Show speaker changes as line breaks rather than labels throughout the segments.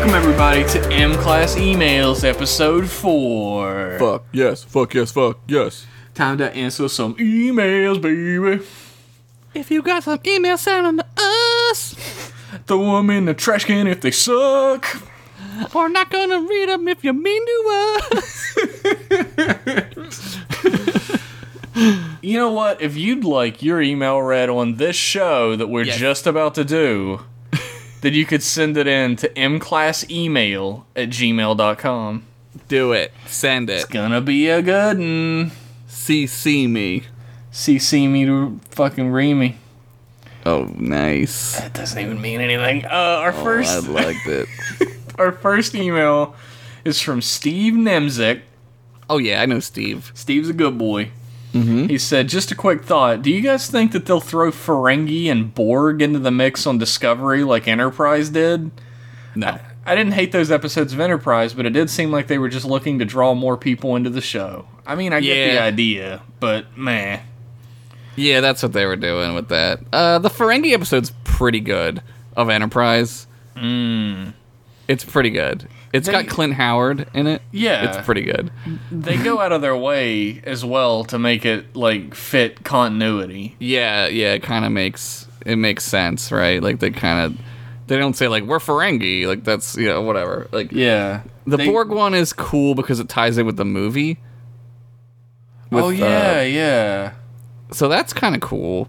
everybody to M Class Emails episode 4.
Fuck yes, fuck yes, fuck yes.
Time to answer some emails, baby.
If you got some email send them to us,
Throw them in the trash can if they suck.
we're not gonna read them if you mean to uh. us.
You know what? If you'd like your email read on this show that we're
Yes.
just about to do, then you could send it in to mclassemail at gmail.com.
Do it. Send it.
Gonna be a good one.
CC me.
CC me to fucking re me.
Oh, nice. Oh,
That doesn't even mean anything. Uh, our
I
first
liked it.
our first email is from Steve Nemzik.
Oh yeah, I know Steve.
Steve's a good boy.
Mm-hmm.
He said, just a quick thought. Do you guys think that they'll throw Ferengi and Borg into the mix on Discovery like Enterprise did?
No.
I didn't hate those episodes of Enterprise, but it did seem like they were just looking to draw more people into the show. I mean, I get the
Yeah.
idea, but man,
Yeah, that's what they were doing with that. Uh, the Ferengi episode's pretty good of Enterprise. Hmm. It's pretty good. It's
They-
got Clint Howard in it.
Yeah.
It's pretty good.
they go out of their way as well to make it like fit continuity.
Yeah, yeah, it kind of makes it makes sense, right? Like they kind of they don't say like we're Ferengi, like that's you know whatever. Like
Yeah,
the
They-
Borg one is cool because it ties in with the movie.
oh
with, uh,
yeah, yeah.
So that's kind of cool.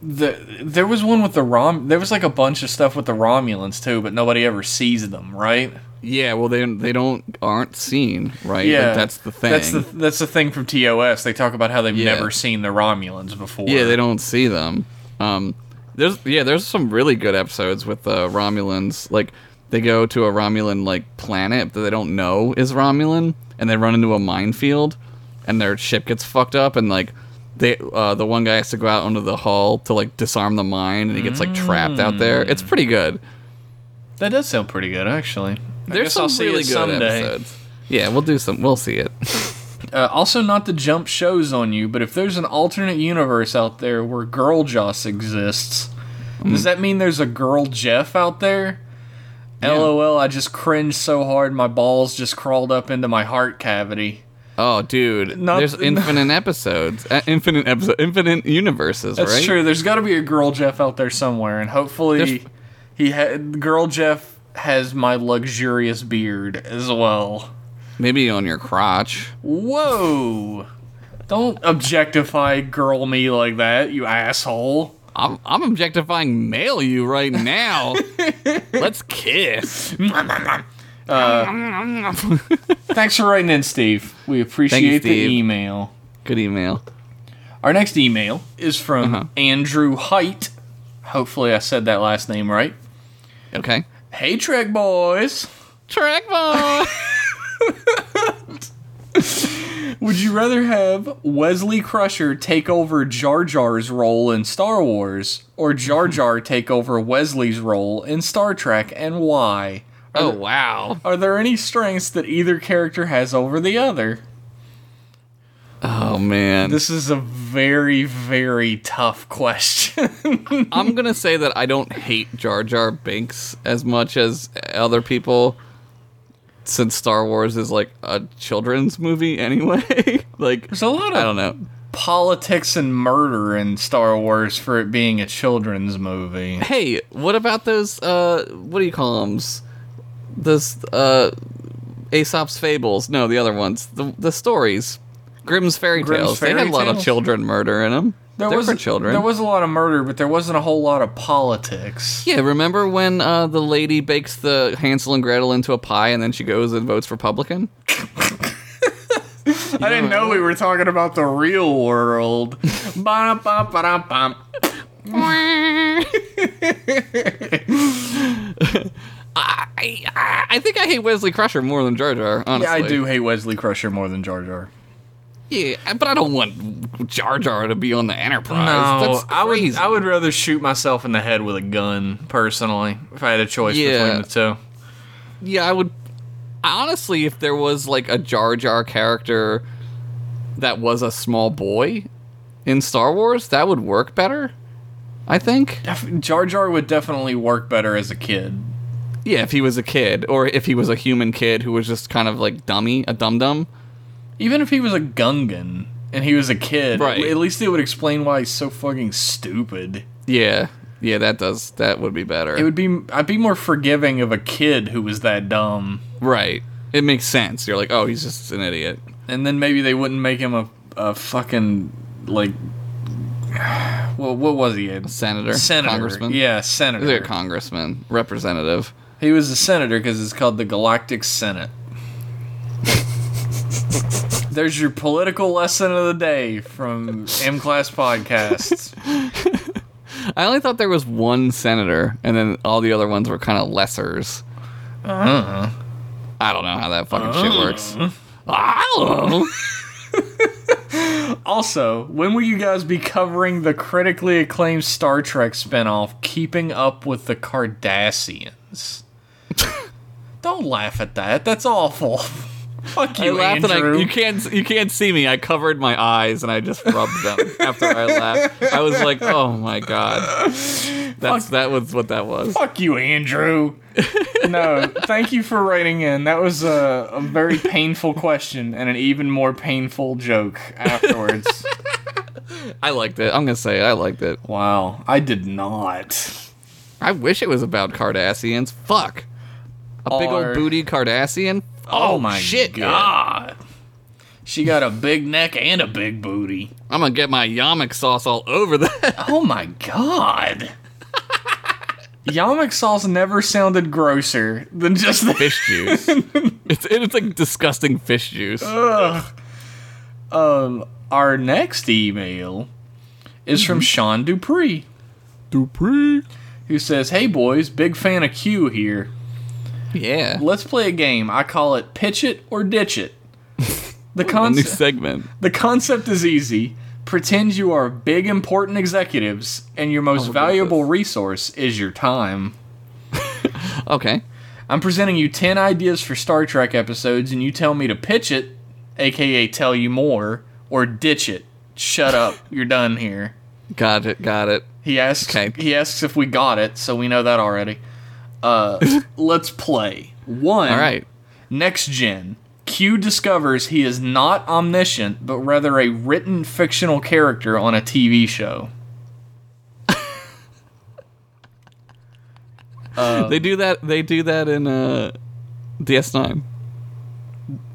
The there was one with the Rom. There was like a bunch of stuff with the Romulans too, but nobody ever sees them, right?
Yeah, well they they don't aren't seen, right? Like,
Yeah,
that's the thing.
That's the that's the thing from TOS. They talk about how they've
Yeah.
never seen the Romulans before.
Yeah, they don't see them. Um, there's yeah, there's some really good episodes with the Romulans. Like they go to a Romulan like planet that they don't know is Romulan, and they run into a minefield, and their ship gets fucked up, and like they uh, the one guy has to go out onto the hull to like disarm the mine, and he gets like trapped out there. It's pretty good.
That does sound pretty good, actually. I
There's
guess
some
I'll see
really
it
good
someday.
episodes. Yeah, we'll do some. We'll see it.
Uh, also, not to jump shows on you, but if there's an alternate universe out there where Girl Joss exists,
Hmm.
does that mean there's a Girl Jeff out there? LOL, I just cringed so hard my balls just crawled up into my heart cavity.
Oh, dude,
Not-
there's infinite episodes, uh, infinite episode, infinite universes.
That's
right?
true. There's got to be a Girl Jeff out there somewhere, and hopefully,
There's-
he ha- Girl Jeff has my luxurious beard as well.
Maybe on your crotch.
Whoa! Don't objectify girl me like that, you asshole.
I'm, I'm objectifying male you right now. Let's kiss.
Thanks for writing in, Steve. We appreciate
Steve.
the email.
Good email.
Our next email is from
Uh-huh.
Andrew Height. Hopefully, I said that last name right.
Okay.
Hey, Trek Boys.
Track ball.
Would you rather have Wesley Crusher take over Jar Jar's role in Star Wars or Jar Jar take over Wesley's role in Star Trek and why?
oh wow.
Are there any strengths that either character has over the other?
Oh man.
This is a very, very tough question.
I'm gonna say that I don't hate Jar Jar Binks as much as other people, since Star Wars is like a children's movie anyway. like
There's a lot
I don't
of
know.
politics and murder in Star Wars for it being a children's movie.
Hey, what about those? Uh, what do you call them? Those uh, Aesop's fables? No, the other ones. The the stories. Grimm's fairy
Grimm's
tales. they
fairy
had a lot of
tales?
children murder in them. There They're for children.
There was a lot of murder, but there wasn't a whole lot of politics.
yeah, remember when uh, the lady bakes the Hansel and Gretel into a pie and then she goes and votes Republican?
I didn't know we were talking about the real world. Ba-dum, bum, ba-dum, bum.
I, I, I think I hate Wesley Crusher more than Jar Jar, honestly.
Yeah, I do hate Wesley Crusher more than Jar Jar.
Yeah, but I don't want Jar Jar to be on the Enterprise. That's
I would
crazy.
I would rather shoot myself in the head with a gun personally if I had a choice
Yeah.
between the two.
Yeah, I would. Honestly, if there was like a Jar Jar character that was a small boy in Star Wars, that would work better. I think.
Def- Jar Jar would definitely work better as a kid.
Yeah, if he was a kid, or if he was a human kid who was just kind of like dummy, a dum dum.
Even if he was a Gungan and he was a kid,
Right.
at least it would explain why he's so fucking stupid.
Yeah, yeah, that does that would be better.
It would be I'd be more forgiving of a kid who was that dumb,
right, it makes sense. You're like, oh, he's just an idiot.
and then maybe they wouldn't make him a a fucking like. Well, what was he? A
Senator,
senator,
congressman.
yeah,
he's like
senator.
a congressman, representative.
he was a senator because it's called the Galactic Senate. There's your political lesson of the day from M Class Podcasts.
I only thought there was one senator, and then all the other ones were kind of lessers.
Uh-huh.
I don't know how that fucking shit works. I don't know.
Also, when will you guys be covering the critically acclaimed Star Trek spinoff, Keeping Up with the Cardassians? Don't laugh at that. That's awful. Fuck
I
you,
laughed and I,
Andrew.
you can't you can't see me. I covered my eyes and I just rubbed them after I laughed. I was like, oh my god, that's that was what that was.
Fuck you, Andrew. no, thank you for writing in. That was a, a very painful question and an even more painful joke afterwards.
I liked it. I'm gonna say it. I liked it.
wow, I did not.
I wish it was about Cardassians. Fuck, a big
Or-
old booty Cardassian. Oh,
my
shit, god.
god. She got a big neck and a big booty.
I'm gonna get my yamak sauce all over that.
Oh my god. Yamak sauce never sounded grosser than just the
fish juice. it's it's like disgusting fish juice.
Um, our next email is from
Mm-hmm.
Sean Dupree,
Dupree.
who says, Hey boys, big fan of Q here.
Yeah.
Let's play a game. I call it Pitch It or Ditch It. The,
A new
concept.
segment.
The concept is easy. Pretend you are big important executives, and your most
look at
valuable
this.
resource is your time.
Okay.
I'm presenting you 10 ideas for Star Trek episodes, and you tell me to pitch it, aka tell you more, or ditch it. Shut up. You're done here.
Got it. Got it.
He asks,
Okay.
he asks if we got it, so we know that already. Uh, let's play. One.
All right.
Next Gen. Q discovers he is not omniscient, but rather a written fictional character on a TV show.
They do that. They do that in uh, DS9.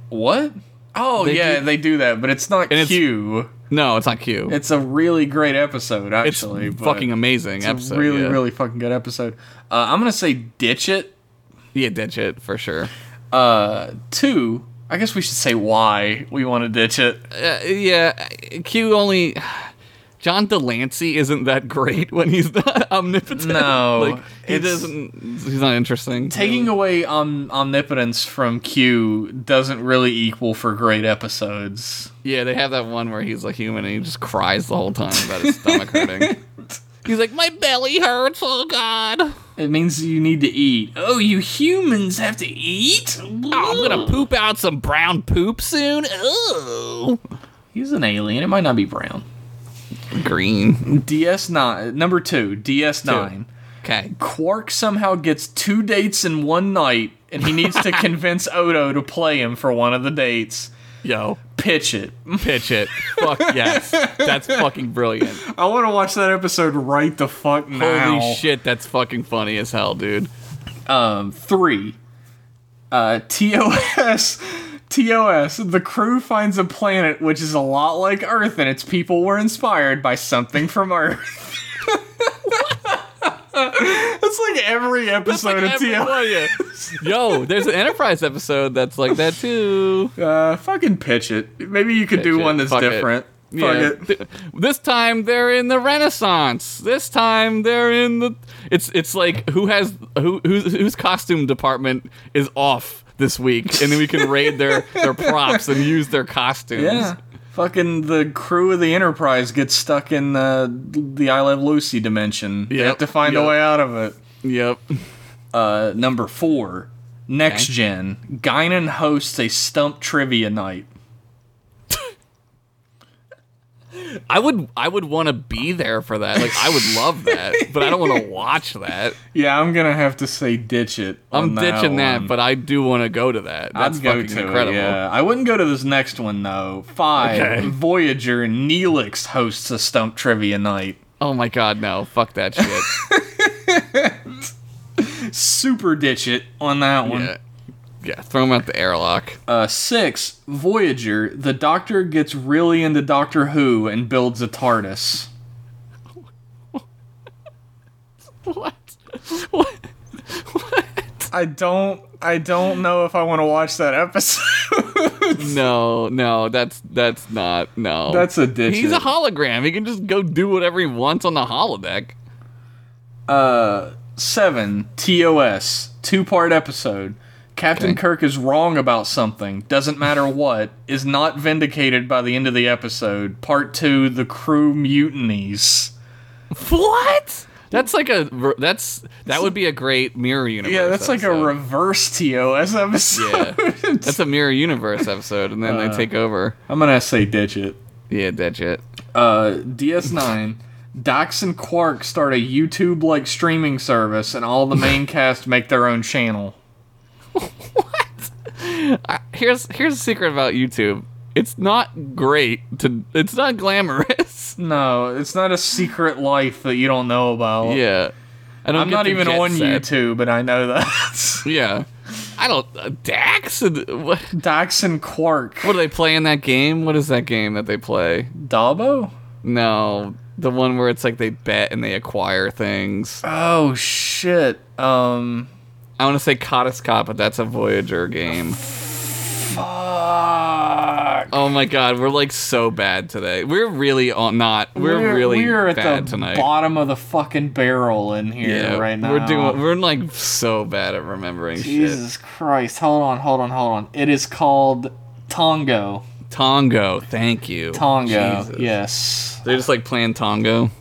What? Oh
They
yeah,
do-
they do that, but it's not
And it's-
Q.
No, it's not Q.
It's, a really great episode,
It's
actually. but
fucking amazing
it's
episode.
a really,
yeah.
really fucking good episode. Uh, I'm gonna say ditch it.
yeah, ditch it for sure.
Uh, two. I guess we should say why we want to ditch it.
Uh, yeah, Q only. John Delancey isn't that great when he's not omnipotent.
No,
like he
it's-
doesn't. He's not interesting.
Taking away om- omnipotence from Q doesn't really equal for great episodes.
Yeah, they have that one where he's a human and he just cries the whole time about his stomach hurting. He's like, my belly hurts. Oh God, Oh,
It means you need to eat. Oh, you humans have to eat?
Oh, I'm gonna poop out some brown poop soon. Ooh,
He's an alien. It might not be brown.
green.
DS9. Number two, DS9.
Okay.
Quark somehow gets two dates in one night, and he needs to convince Odo to play him for one of the dates.
Yo,
Pitch it.
pitch it. Fuck yes. That's fucking brilliant.
I want to watch that episode right the fuck now.
Holy shit, that's fucking funny as hell, dude.
Um, three. Uh, TOS. TOS. The crew finds a planet which is a lot like Earth, and its people were inspired by something from Earth. That's like every episode of
Like every
TOS.
one of you. Yo, there's an Enterprise episode that's like that too.
Uh, fucking pitch it. Maybe you could do
it.
one that's
Fuck it.
different. Fuck
Yeah.
it.
Th- This time they're in the Renaissance. This time they're in the. It's it's like who has who who's, whose costume department is off this week, and then we can raid their their props and use their costumes.
Yeah. Fucking the crew of the Enterprise gets stuck in uh, the I Love Lucy dimension. They
Yep,
have to find a
yep.
way out of it.
Yep.
Uh, number four, next gen. Guinan hosts a stump trivia night.
I would I would want to be there for that. Like I would love that, but I don't want to watch that.
Yeah, I'm gonna have to say ditch it.
I'm
on
ditching that,
one.
but I do want to go to that. That's
I'd go
fucking
to it,
incredible.
yeah, I wouldn't go to this next one though. Five
Okay.
Voyager Neelix hosts a stump trivia night.
Oh my god, no. Fuck that shit.
Super ditch it on that one.
yeah. Yeah, throw him out the airlock.
Uh, six Voyager. The Doctor gets really into Doctor Who and builds a TARDIS.
What? What?
I don't. I don't know if I want to watch that episode.
No, no, that's that's not no.
That's a ditch
He's a
it.
hologram. He can just go do whatever he wants on the holodeck.
uh, seven TOS two part episode. Captain
Okay.
Kirk is wrong about something. Doesn't matter what. Is not vindicated by the end of the episode. Part two: The crew mutinies.
What? That's like a ver- that's that would be a great mirror universe.
Yeah, that's like a
episode.
reverse TOS episode.
that's a mirror universe episode, and then
Uh.
they take over.
I'm gonna say ditch it.
Yeah, that shit.
Uh, DS9, Dax and Quark start a YouTube like streaming service, and all the main cast make their own channel.
I, here's here's a secret about YouTube. It's not great. To it's not glamorous.
No, it's not a secret life that you don't know about.
yeah, I don't.
I'm
get
not
the
even
jet
on
set.
YouTube, and I know that.
Yeah, I don't. Uh, Dax. and- What?
Dax and Quark.
What do they play in that game? What is that game that they play?
Dabo?
No, the one where it's like they bet and they acquire things.
Oh, shit. Um,
I want to say Cottiscop, but that's a Voyager game.
fuck.
Oh my god, we're like so bad today. We're really on not. We're, really
we're at
bad
the
tonight.
bottom of the fucking barrel in here
yeah,
right now.
we're doing. We're like so bad at remembering
Jesus Christ. Hold on, hold on, hold on. It is called Tongo.
shit. Tongo, thank you.
Tongo.
Jesus.
Yes.
They're just like playing Tongo.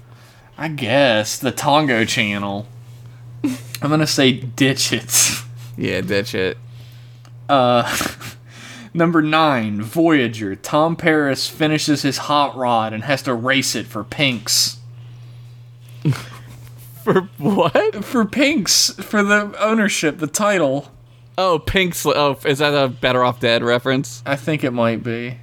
I guess the Tongo channel. I'm going to say ditch it.
Yeah, ditch it.
Uh Number 9, Voyager. Tom Paris finishes his hot rod and has to race it for Pinks.
For what?
For Pinks, for the ownership, the title.
Oh, Pink. Sli- oh, is that a Better Off Dead reference?
I think it might be.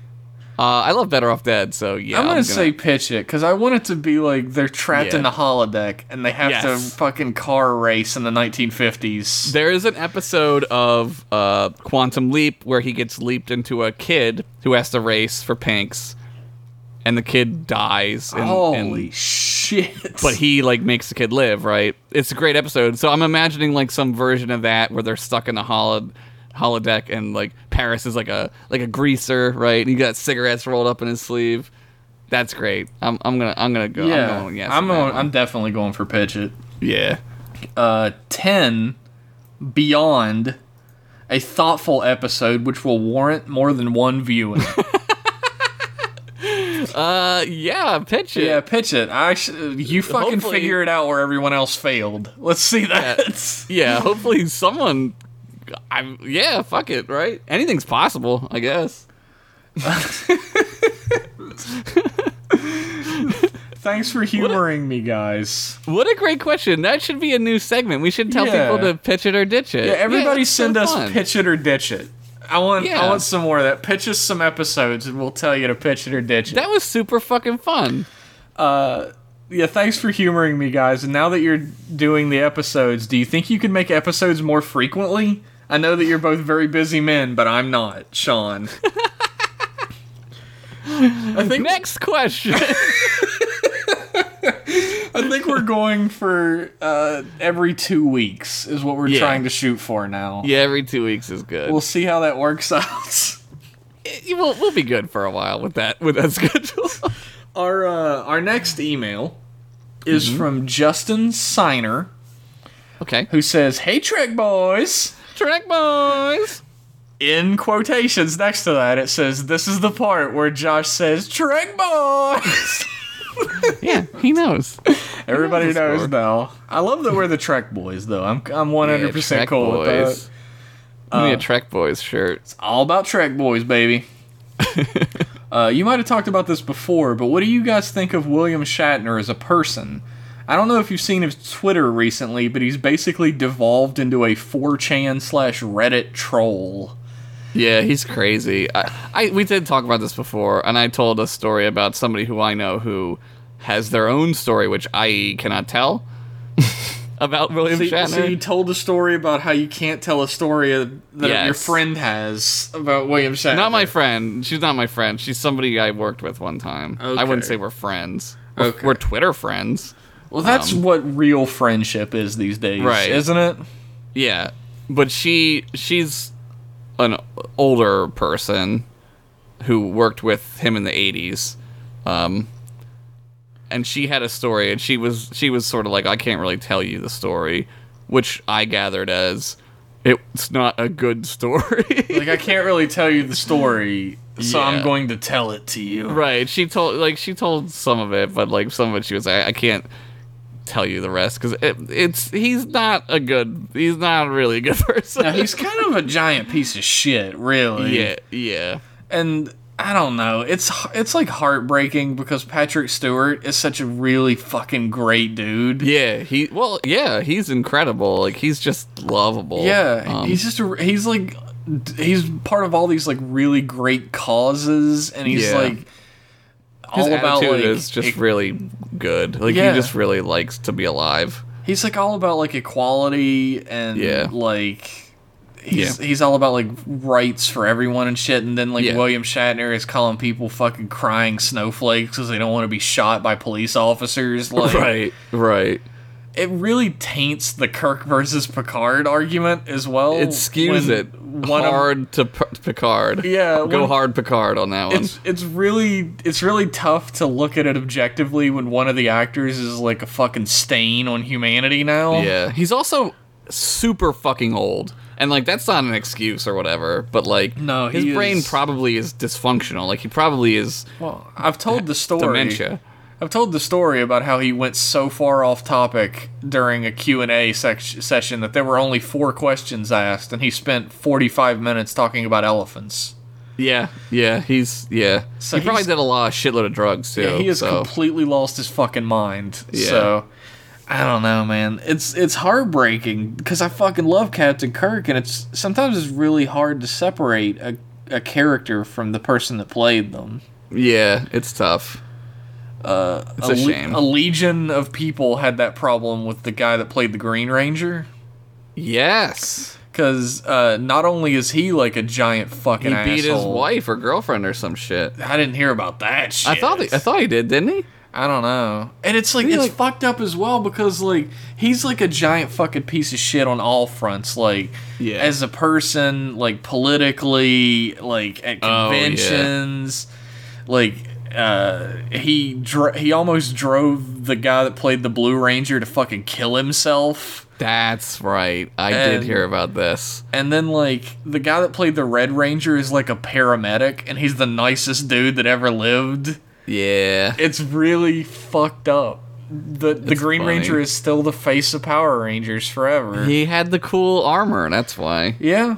Uh, I love Better Off Dead, so yeah.
I'm gonna, say pitch it because I want it to be like they're trapped
Yeah.
in the holodeck and they have
Yes.
to fucking car race in the 1950s.
There is an episode of uh, Quantum Leap where he gets leaped into a kid who has to race for Pinks, and the kid dies. And,
Holy
and-
shit!
but he like makes the kid live, right? It's a great episode. So I'm imagining like some version of that where they're stuck in the holo- holodeck, and like Paris is like a like a greaser, right? And he got cigarettes rolled up in his sleeve. That's great. I'm, I'm gonna I'm gonna go.
yeah,
I'm going yes.
I'm
on that
going,
one.
I'm definitely going for pitch it.
yeah.
Uh, ten beyond a thoughtful episode which will warrant more than one viewing.
Uh yeah. Pitch it.
yeah, pitch it. I sh- you fucking
Hopefully-
figure it out where everyone else failed. Let's see that.
Yeah, hopefully someone. I yeah, fuck it, right? Anything's possible, I guess.
Thanks for humoring me, guys.
What a great question! That should be a new segment. We should tell
Yeah.
people to pitch it or ditch it.
Yeah, everybody
it's so
send us
fun.
pitch it or ditch it. I want I
Yeah.
want some more of that. Pitch us some episodes and we'll tell you to pitch it or ditch it.
That was super fucking fun.
yeah, thanks for humoring me guys. And now that you're doing the episodes, do you think you could make episodes more frequently? I know that you're both very busy men, but I'm not, Sean. I think
Next question.
I think we're going for uh, every two weeks is what we're
Yeah.
trying to shoot for now.
yeah, every two weeks is good.
We'll
We'll,
see how that works out.
we'll we'll be good for a while with that with that schedule.
Our uh, our next email is
Mm-hmm.
from Justin Signer,
okay,
who says, "Hey Trek boys."
track boys.
In quotations next to that, it says, "This is the part where Josh says Trek boys."
Yeah, he knows.
Everybody
knows the
knows
score.
now. I love that we're the Trek boys, though. I'm I'm 100
Yeah,
percent
Trek
cool with that. Uh,
boys. Give me a track boys shirt.
It's all about Trek boys, baby. Uh, you might have talked about this before, but what do you guys think of William Shatner as a person? I don't know if you've seen his Twitter recently, but he's basically devolved into a 4chan slash Reddit troll.
Yeah, he's crazy. I, I we did talk about this before, and I told a story about somebody who I know who has their own story, which I cannot tell about William
So,
Shatner.
so you told a story about how you can't tell a story that your
Yes.
friend has about William Shatner.
not my friend. She's not my friend. She's somebody I worked with one time. I
Okay.
wouldn't say we're friends. We're,
Okay.
we're Twitter friends.
Well, that's what real friendship is these days,
Um, Right.
isn't it?
Yeah, but she she's an older person who worked with him in the '80s, um, and she had a story, and she was she was sort of like, I can't really tell you the story, which I gathered as it's not a good story.
Like I can't really tell you the story, so I'm
Yeah.
going to tell it to you.
right? She told like she told some of it, but like some of it she was like, I can't tell you the rest because it, it's he's not a good he's not really a good person.
Now, he's kind of a giant piece of shit, really.
yeah, yeah.
And I don't know. It's it's like heartbreaking because Patrick Stewart is such a really fucking great dude.
Yeah, he well, yeah, he's incredible. Like he's just lovable.
Yeah,
Um,
he's just a, he's like d- he's part of all these like really great causes, and he's
Yeah.
like all
his
about
attitude
like
is just
e-
really good. Like
Yeah.
he just really likes to be alive.
he's like all about like equality and
Yeah.
like he's he's all about like rights for everyone and shit. And then like
Yeah.
William Shatner is calling people fucking crying snowflakes because they don't want to be shot by police officers. Like
right.
it really taints the Kirk versus Picard argument as well.
It skews
Oh, when
it
One of-
hard to P- Picard.
Yeah,
go
when-
hard Picard on that one.
it's it's really it's really tough to look at it objectively when one of the actors is like a fucking stain on humanity now.
Yeah, he's also super fucking old. And like that's not an excuse or whatever, but like
No,
his
he
brain
is-
probably is dysfunctional. Like he probably is
Well, I've told the story.
dementia.
I've told the story about how he went so far off topic during a Q&A sec- session that there were only 4 questions asked and he spent 45 minutes talking about elephants.
Yeah, yeah, he's yeah.
So
he probably
he's-
did a lot of shitload of drugs too.
Yeah, he has
so.
completely lost his fucking mind.
Yeah.
So I don't know, man. It's it's heartbreaking because I fucking love Captain Kirk, and it's sometimes it's really hard to separate a, a character from the person that played them.
Yeah, it's tough. it's a,
le-
shame.
A legion of people had that problem with the guy that played the Green Ranger.
yes,
Because uh, not only is he like a giant fucking
he beat his
asshole-
wife or girlfriend or some shit.
I didn't hear about that shit.
I thought he, I thought he did, didn't he?
I don't know. And it's like
Maybe,
it's
like-
fucked up as well because like he's like a giant fucking piece of shit on all fronts. Like
Yeah.
as a person, like politically, like at
Oh, yeah.
conventions, like uh he dro- he almost drove the guy that played the Blue Ranger to fucking kill himself.
That's right. I
And-
did hear about this.
And then like the guy that played the Red Ranger is like a paramedic and he's the nicest dude that ever lived.
Yeah,
it's really fucked up. The the
It's
Green
funny.
Ranger is still the face of Power Rangers forever.
he had the cool armor. That's why,
yeah.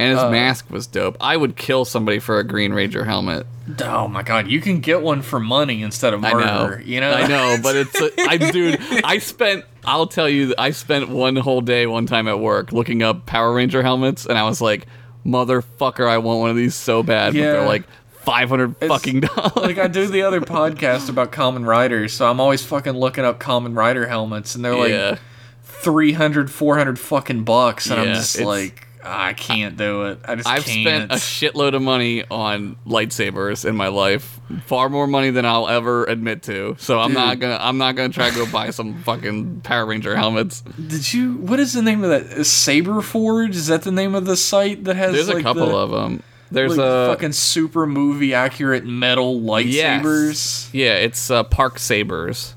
and his mask was dope. I would kill somebody for a Green Ranger helmet.
Oh my god, you can get one for money instead of
I
murder.
know,
You know?
I know, but it's a, I dude. I spent. I'll tell you. I spent one whole day one time at work looking up Power Ranger helmets, and I was like, "Motherfucker, I want one of these so bad." But
Yeah.
they're like five hundred fucking dollars.
like I do the other podcast about common riders, so I'm always fucking looking up common rider helmets and they're
yeah,
like 300 400 fucking bucks and I'm
Yeah,
just
it's-
like "Ah, I can't do it. I just
I've
can't.
spent a shitload of money on lightsabers in my life, far more money than I'll ever admit to. So I'm not gonna. I'm not gonna try to go buy some fucking Power Ranger helmets.
Did you what is the name of that Saber Forge? Is that the name of the site that has
There's
like
a couple
the,
of them. There's uh,
like
a
fucking super movie accurate metal lightsabers.
Yes. Yeah, it's uh, Park Sabers.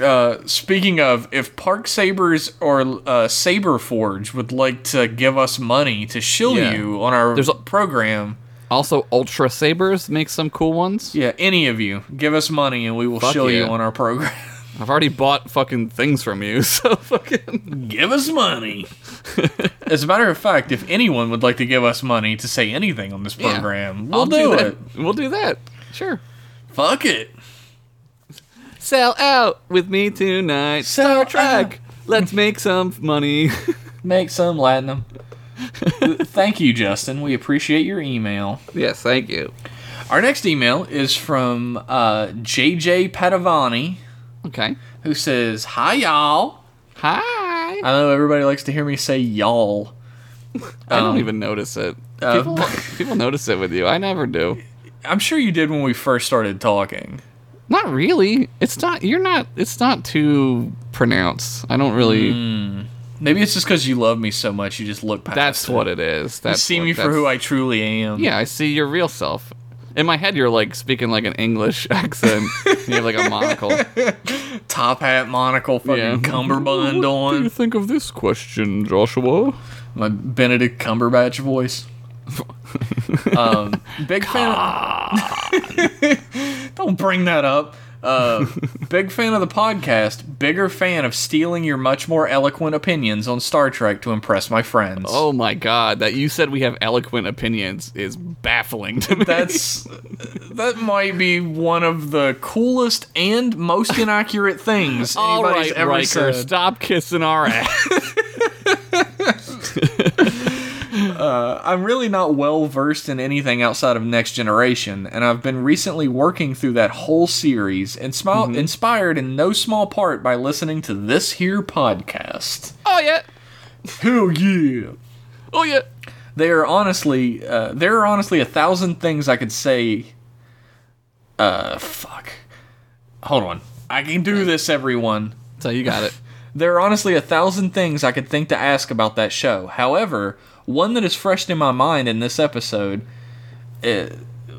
Uh, speaking of, if Park Sabers or uh, Saber Forge would like to give us money to shill
Yeah.
you on our
There's a-
program,
Also, Ultra Sabers makes some cool ones.
yeah, any of you, give us money and we will
Fuck
shill you
yeah.
on our program.
I've already bought fucking things from you, so fucking.
give us money. As a matter of fact, if anyone would like to give us money to say anything on this
Yeah.
program, we'll
I'll
do,
that.
it.
We'll do that. Sure.
Fuck it.
Sell out with me tonight.
Sell
Star Trek. Let's make some money.
Make some latinum. Thank you, Justin. We appreciate your email.
yes, thank you.
Our next email is from uh, JJ Padavani,
Okay.
who says, Hi, y'all.
Hi.
I know everybody likes to hear me say y'all.
I don't
Um,
even notice it.
uh,
People, people notice it with you. I never do.
I'm sure you did when we first started talking.
Not really. It's not. You're not. It's not too pronounced. I don't really.
Mm. Maybe it's just because you love me so much, you just look past
that's
it.
what it is. That's
see
what-
me for
that's-
who I truly am.
Yeah, I see your real self. In my head, you're like speaking like an English accent. and you have like a monocle.
Top hat, monocle, fucking
Yeah.
cummerbund
What do you
on.
think of this question, Joshua?
My Benedict Cumberbatch voice. um, big fan. Don't bring that up. Uh, big fan of the podcast. Bigger fan of stealing your much more eloquent opinions on Star Trek to impress my friends.
Oh my god, that you said we have eloquent opinions is baffling to me.
That's that might be one of the coolest and most inaccurate things
all
anybody's
right,
ever
Riker.
said.
Stop kissing our ass.
I'm really not well versed in anything outside of Next Generation, and I've been recently working through that whole series, insmi- inspired in no small part by listening to this here podcast.
oh yeah,
Hell yeah!
oh yeah.
They are honestly, uh, there are honestly a thousand things I could say. Uh, fuck. Hold on. I can do this, everyone.
So you got it.
There are honestly a thousand things I could think to ask about that show. However, one that is fresh in my mind in this episode, uh,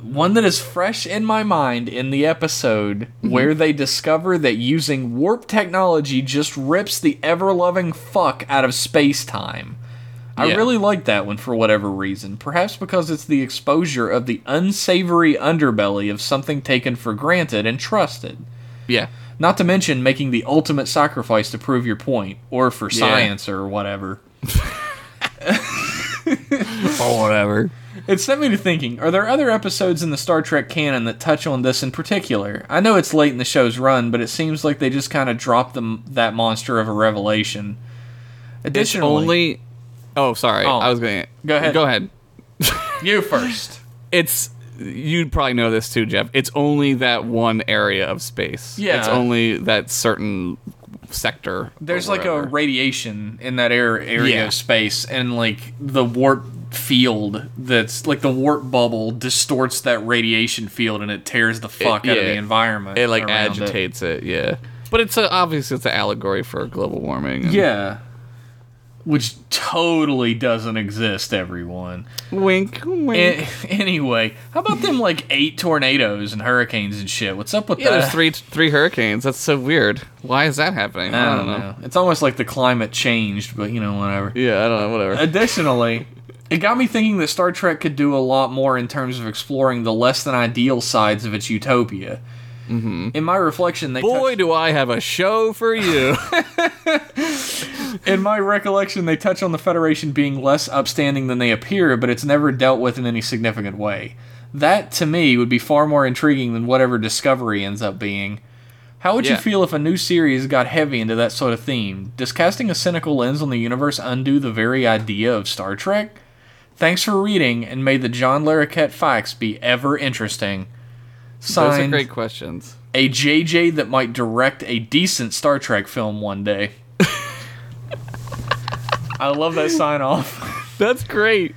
one that is fresh in my mind in the episode where they discover that using warp technology just rips the ever loving fuck out of space time. I
Yeah.
really like that one for whatever reason. Perhaps because it's the exposure of the unsavory underbelly of something taken for granted and trusted.
Yeah.
Not to mention making the ultimate sacrifice to prove your point, or for science or whatever.
Or Oh, whatever.
It sent me to thinking are there other episodes in the Star Trek canon that touch on this in particular? I know it's late in the show's run, but it seems like they just kind of dropped them, that monster of a revelation.
It's
Additionally,
only. Oh, sorry.
Oh.
I was going. to
Go ahead.
Go ahead.
you first.
It's. You probably know this too, Jeff. It's only that one area of space.
Yeah.
It's only that certain sector. or
There's like a
whatever.
radiation in that air area
Yeah.
of space, and like the warp field that's like the warp bubble distorts that radiation field and it tears the fuck out of
yeah.
the environment.
It like
around it.
agitates it. Yeah. But it's a, obviously it's an allegory for global warming. and-
Yeah. Which totally doesn't exist, everyone.
Wink, wink.
A- anyway, how about them like eight tornadoes and hurricanes and shit? What's up with
yeah,
that?
there's three three hurricanes. That's so weird. Why is that happening?
I don't know. It's almost like the climate changed, but you know, whatever.
Yeah, I don't know. Whatever.
Additionally, it got me thinking that Star Trek could do a lot more in terms of exploring the less than ideal sides of its utopia. Mm-hmm. In my reflection, they touched-
Boy, do I have a show for you.
In my recollection, they touch on the Federation being less upstanding than they appear, but it's never dealt with in any significant way. That, to me, would be far more intriguing than whatever Discovery ends up being. How would you
Yeah.
feel if a new series got heavy into that sort of theme? Does casting a cynical lens on the universe undo the very idea of Star Trek? Thanks for reading, and may the John Larroquette facts be ever interesting.
Those are
Signed,
great questions.
a JJ that might direct a decent Star Trek film one day. I love that sign off.
That's great.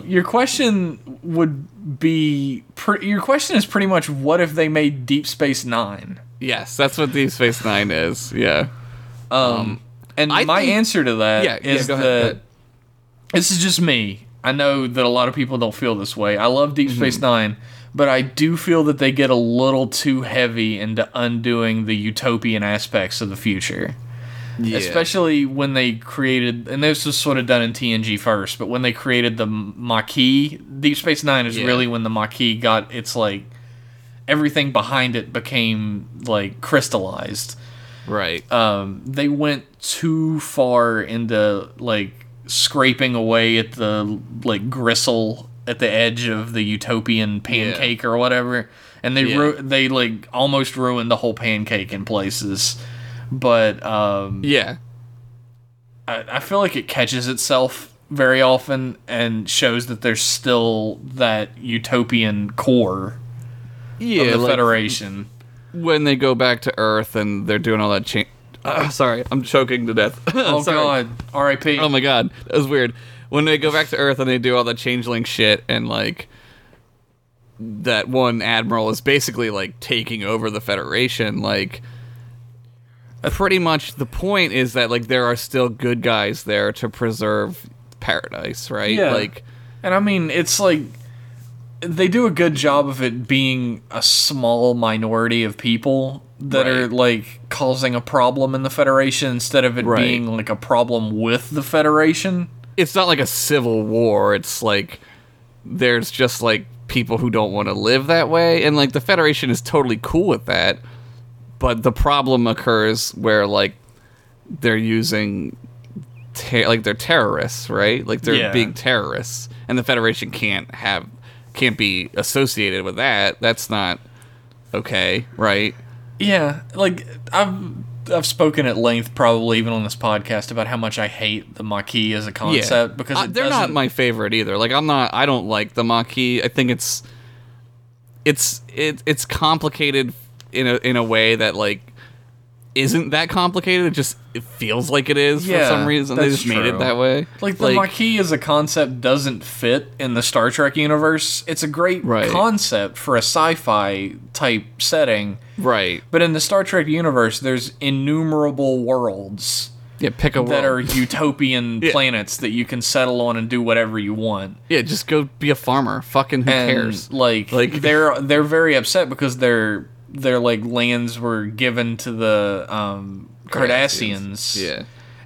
Uh, your question would be pre- your question is pretty much what if they made Deep Space Nine?
yes, that's what Deep Space Nine is. Yeah.
And
I
my
think-
answer to that
Yeah.
is that this is just me. I know that a lot of people don't feel this way. I love
Mm-hmm.
Deep Space Nine, but I do feel that they get a little too heavy into undoing the utopian aspects of the future. especially when they created and this was sort of done in TNG first, but when they created the M- Maquis, Deep Space Nine is
Yeah.
really when the Maquis got its like everything behind it became like crystallized.
right.
Um, they went too far into like scraping away at the like gristle at the edge of the utopian pancake or whatever and they
Yeah.
ru- they like almost ruined the whole pancake in places but um
Yeah.
I, I feel like it catches itself very often and shows that there's still that utopian core
Yeah.
of the
like,
federation
when they go back to Earth and they're doing all that change. Uh, sorry, I'm choking to death.
oh
Sorry.
god rip
Oh my god, that was weird. When they go back to Earth and they do all the changeling shit, and like that one admiral is basically like taking over the Federation. Like, pretty much the point is that like there are still good guys there to preserve paradise, right?
Yeah.
Like,
And I mean, it's like they do a good job of it being a small minority of people that are
Right.
like causing a problem in the Federation instead of it
Right.
being like a problem with the Federation.
it's not like a civil war. It's like there's just like people who don't want to live that way, and like the Federation is totally cool with that. But the problem occurs where like they're using ter- like they're terrorists, right? Like they're
Yeah.
being terrorists, and the Federation can't have can't be associated with that. That's not okay, right?
Yeah, like I've I've spoken at length, probably even on this podcast, about how much I hate the Maquis as a concept because
Uh,
it
they're not
doesn't-
my favorite either. Like I'm not. I don't like the Maquis. I think it's it's it, it's complicated in a in a way that like isn't that complicated. It just it feels like it is for
Yeah,
some reason. They
that's
just made it
true.
that way.
Like the Maquis as a concept doesn't fit in the Star Trek universe. It's a great
Right.
concept for a sci-fi type setting,
right?
But in the Star Trek universe, there's innumerable worlds
Yeah, pick a
that are
world.
utopian
Yeah.
planets that you can settle on and do whatever you want.
yeah. Just go be a farmer. Fucking who
And
cares?
like,
Like-
they're they're very upset because their their like lands were given to the um, Cardassians,
Yeah.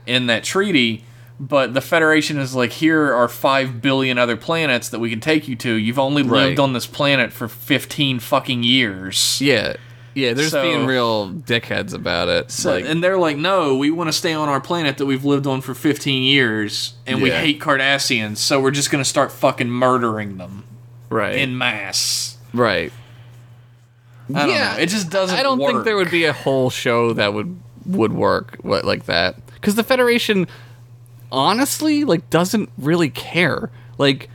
in that treaty. But the Federation is like, here are five billion other planets that we can take you to. You've only
Right.
lived on this planet for fifteen fucking years.
Yeah. Yeah, they're just
So-
being real dickheads about it.
So-
like,
and they're like, no, we want to stay on our planet that we've lived on for 15 years, and we
Yeah.
hate Cardassians, so we're just going to start fucking murdering them
right,
in mass.
right.
I don't
Yeah,
know. It just doesn't
I don't think there
work.
would be a whole show that would would work what, like that because the Federation, honestly, like doesn't really care. Like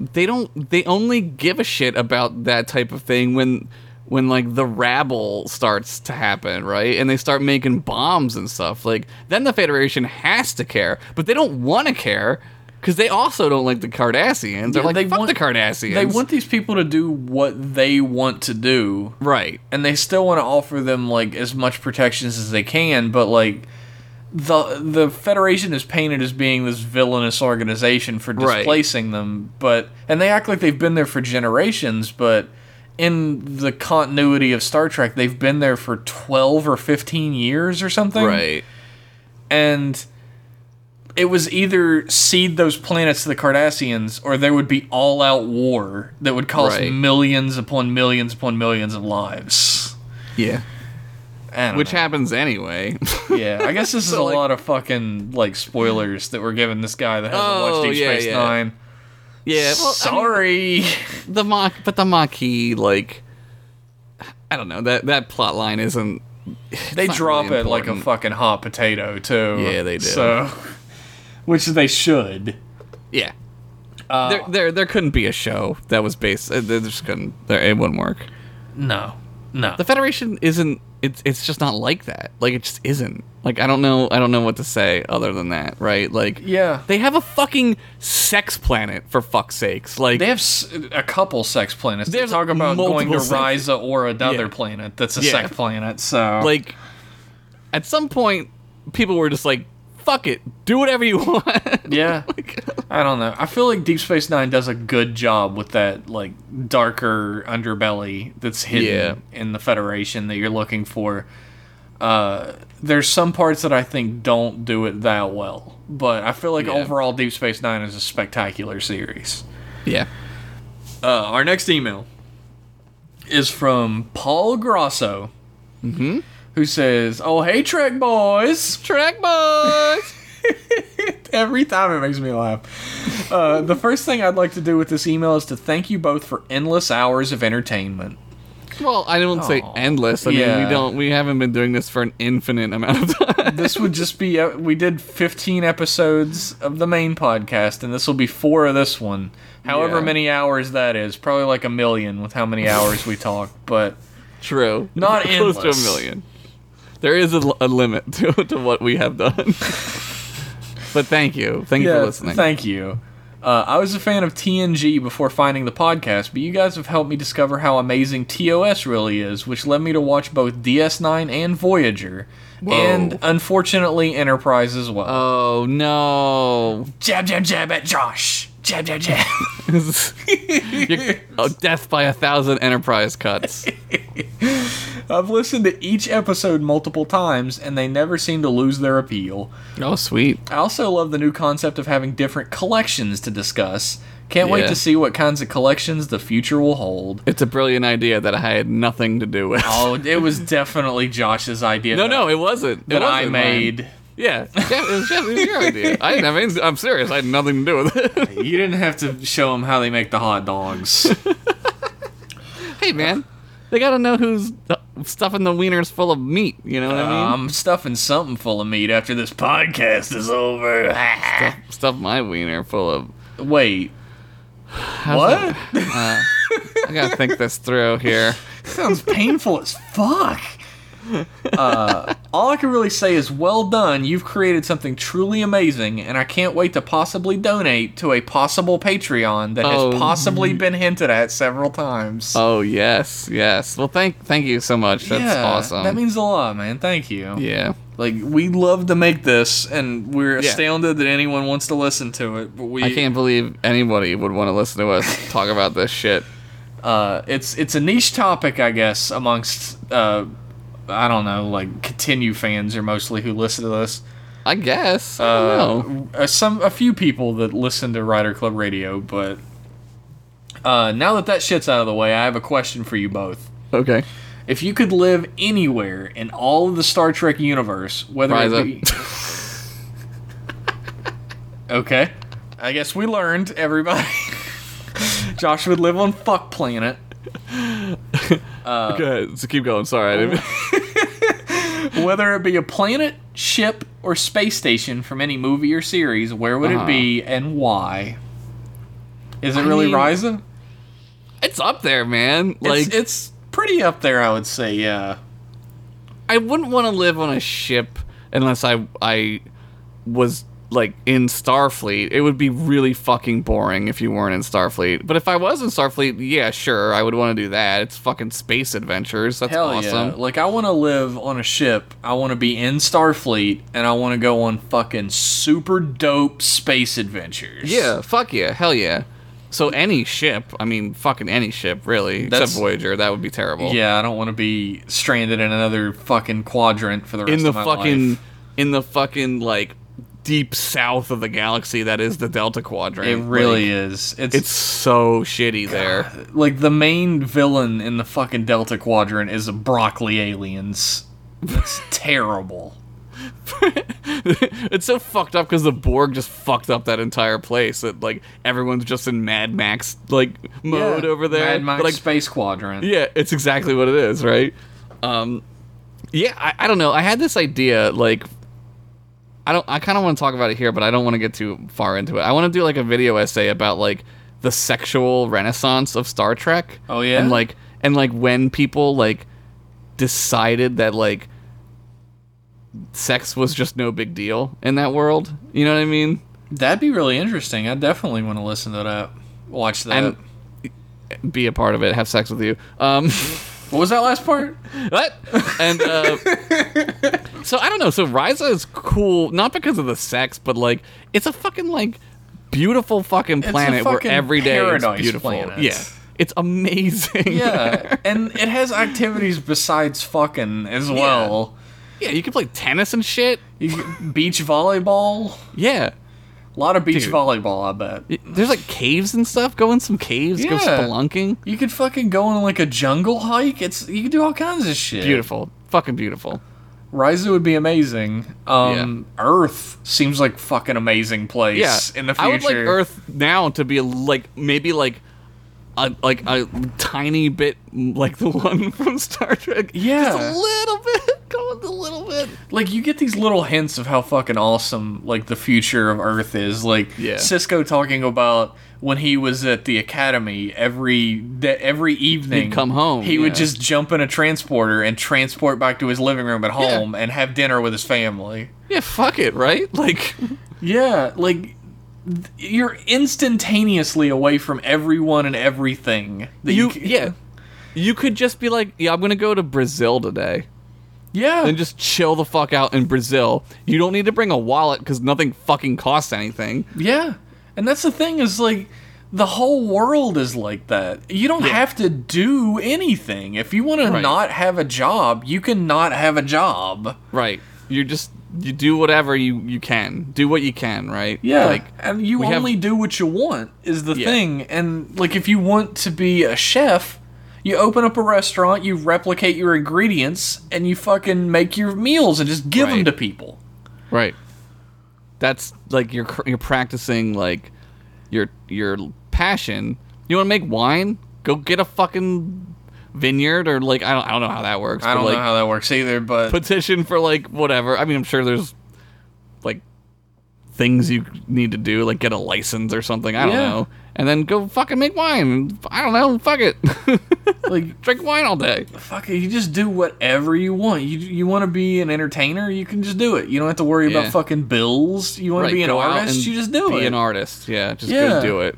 they don't. They only give a shit about that type of thing when when like the rabble starts to happen, right? And they start making bombs and stuff. Like then the Federation has to care, but they don't want to care. Because they also don't like the Cardassians. They're
Yeah,
like,
they
fuck
want-
the Cardassians.
They want these people to do what they want to do,
right.
and they still want to offer them like as much protections as they can, but like the the Federation is painted as being this villainous organization for
Right.
displacing them, but and they act like they've been there for generations, but in the continuity of Star Trek, they've been there for 12 or 15 years or something.
Right.
And it was either cede those planets to the Cardassians or there would be all out war that would cost
Right.
millions upon millions upon millions of lives.
Yeah.
Um, I don't
Which
know.
happens anyway.
yeah, I guess this is a
So, like-
lot of fucking like spoilers that we're giving this guy that hasn't
Oh,
watched Deep
yeah,
Space
yeah.
Nine.
Yeah, well, I mean,
sorry.
the mock, but the Maquis, like, I don't know that that plot line isn't. it's
they
not
drop
really
it like a
important.
fucking hot potato too.
Yeah, they do.
So, which they should.
yeah.
Uh,
there, there, there couldn't be a show that was based. uh, There just couldn't. There, it wouldn't work.
No, no.
The Federation isn't. It's it's just not like that. Like it just isn't. Like I don't know. I don't know what to say other than that. Right. Like
Yeah.
They have a fucking sex planet for fuck's sakes. Like
They have s- a couple sex planets. They
There's
talk about going to
multiple sex-
Ryza or another
Yeah.
planet that's a
Yeah.
sex planet. So,
like at some point people were just like fuck it do whatever you want
yeah. I don't know. I feel like Deep Space Nine does a good job with that like darker underbelly that's hidden in the Federation that you're looking for. Uh, there's some parts that I think don't do it that well, but I feel like
Yeah.
overall Deep Space Nine is a spectacular series.
yeah
Uh, our next email is from Paul Grosso, who says, "Oh hey Trek boys."
track boys
Every time it makes me laugh. Uh, the first thing I'd like to do with this email is to thank you both for endless hours of entertainment.
Well, I don't say
Aw.
endless. I mean,
Yeah.
we don't. We haven't been doing this for an infinite amount of time.
This would just be, uh, we did 15 episodes of the main podcast, and this will be four of this one. However
Yeah.
many hours that is, probably like a million with how many hours we talk, but
True.
Not
close to
endless.
a million. There is a, l- a limit to, to what we have done. but thank you. Thank you for listening.
Thank you. Uh, I was a fan of TNG before finding the podcast, but you guys have helped me discover how amazing TOS really is, which led me to watch both DS9 and Voyager, and unfortunately Enterprise as well.
oh no!
Uh, jab, jab, jab at Josh. Jab, jab, jab.
You're- oh, death by a thousand Enterprise cuts.
I've listened to each episode multiple times, and they never seem to lose their appeal.
Oh sweet.
I also love the new concept of having different collections to discuss. Can't wait
Yeah.
to see what kinds of collections the future will hold.
It's a brilliant idea that I had nothing to do with.
Oh, it was definitely Josh's idea.
no,
that-
no, it wasn't. It
that I
wasn't mine.
made.
Yeah, Jeff, it was, Jeff, it was your idea. I didn't have anything. I'm serious. I had nothing to do with it.
You didn't have to show him how they make the hot dogs.
Hey, man, they gotta know who's stuffing the wieners full of meat. You know what I mean?
Uh, I'm stuffing something full of meat after this podcast is over.
Stuff my wiener full of.
Wait,
How's
what?
that- uh, I gotta think this through here.
Sounds painful as fuck. Uh, all I can really say is, well done. You've created something truly amazing, and I can't wait to possibly donate to a possible Patreon that
Oh.
has possibly been hinted at several times.
Oh yes, yes. Well, thank thank you so much. That's
yeah,
awesome.
That means a lot, man. Thank you.
yeah.
Like we love to make this, and we're
Yeah.
astounded that anyone wants to listen to it. But we,
I can't believe anybody would want to listen to us talk about this shit.
Uh, it's it's a niche topic, I guess, amongst uh, I don't know, like continue fans are mostly who listen to this.
I guess. I don't know.
Uh, some a few people that listen to Rider Club Radio, but uh, now that that shit's out of the way, I have a question for you both.
Okay.
If you could live anywhere in all of the Star Trek universe, whether
Rise
it
up.
be Okay. I guess we learned, everybody. Josh would live on Fuck Planet. Uh,
okay. So keep going. Sorry. I didn't...
Whether it be a planet, ship, or space station from any movie or series, where would it be and why? Is it
I
really
mean,
Ryza?
It's up there, man. Like
Like it's, pretty up there, I would say. Yeah.
I wouldn't want to live on a ship unless I I was like in Starfleet. It would be really fucking boring if you weren't in Starfleet. But if I was in Starfleet, yeah, sure, I would want to do that. It's fucking space adventures. That's
Hell yeah!
awesome.
Like I want to live on a ship. I want to be in Starfleet, and I want to go on fucking super dope space adventures.
Yeah, fuck yeah, hell yeah. So any ship, I mean, fucking any ship, really,
That's-
except Voyager, that would be terrible.
Yeah, I don't want to be stranded in another fucking quadrant for the rest
in the
of my
fucking,
life.
in the fucking like deep south of the galaxy that is the Delta Quadrant.
It
Like,
really is. It's,
it's so shitty there.
like the main villain in the fucking Delta Quadrant is broccoli aliens. That's terrible.
it's so fucked up because the Borg just fucked up that entire place. That like everyone's just in Mad Max like mode over there.
Mad Max
But, like,
Space Quadrant.
yeah, it's exactly what it is, right? Um, yeah, I, I don't know. I had this idea like. I don't. I kind of want to talk about it here, but I don't want to get too far into it. I want to do like a video essay about like the sexual renaissance of Star Trek.
Oh, yeah?
and like and like when people like decided that like sex was just no big deal in that world. You know what I mean?
That'd be really interesting. I definitely want to listen to that. Watch that.
And be a part of it, have sex with you. Um.
what was that last part?
What? And uh, so I don't know. So Ryza is cool, not because of the sex, but like it's a fucking like beautiful fucking
a
planet
fucking
where every day it's
paradise
beautiful.
planet.
Yeah, it's amazing.
Yeah. and it has activities besides fucking as well.
yeah. You can play tennis and shit.
You, beach volleyball.
Yeah,
A lot of beach
Dude.
volleyball, I bet.
there's like caves and stuff. Go in some caves. Go
Yeah.
spelunking.
You could fucking go on like a jungle hike. It's you could do all kinds of shit.
Beautiful. Fucking beautiful.
Ryza would be amazing. Um, Earth seems like fucking amazing place
yeah,
in the future.
I would like Earth now to be like maybe like a like a tiny bit like the one from Star Trek. just
Yeah.
a little bit, going a little bit.
like you get these little hints of how fucking awesome like the future of earth is like
Yeah.
cisco talking about when he was at the academy every that every evening
He'd come home,
he would
yeah.
just jump in a transporter and transport back to his living room at home and have dinner with his family
Yeah, fuck it, right? Like,
yeah like th- you're instantaneously away from everyone and everything that
you,
c-
yeah, you could just be like, yeah, I'm gonna go to Brazil today.
yeah
and just chill the fuck out in Brazil. You don't need to bring a wallet because nothing fucking costs anything.
Yeah. And that's the thing is like the whole world is like that. You don't have to do anything. If you want to
Right.
not have a job, you can not have a job.
Right. You just you do whatever you you can. Do what you can. Right.
Like
Like
and you
we have-
only do what you want is the
Yeah.
thing. And like if you want to be a chef, you open up a restaurant, you replicate your ingredients, and you fucking make your meals and just give them
Right.
to people.
right. That's like you're cr- you're practicing like your your passion. You want to make wine? Go get a fucking vineyard or like I don't I don't know how that works.
I
but,
don't
like,
know how that works either, but
petition for like whatever. I mean, I'm sure there's like things you need to do, like get a license or something. I don't
Yeah.
know. And then go fucking make wine. I don't know. Fuck it.
like
Drink wine all day.
fuck it, you just do whatever you want. You you want to be an entertainer, you can just do it. You don't have to worry
Yeah.
about fucking bills. You want to be an
go out
artist,
and
you just do
Be
it.
an artist. Yeah. Just
Yeah.
go do it.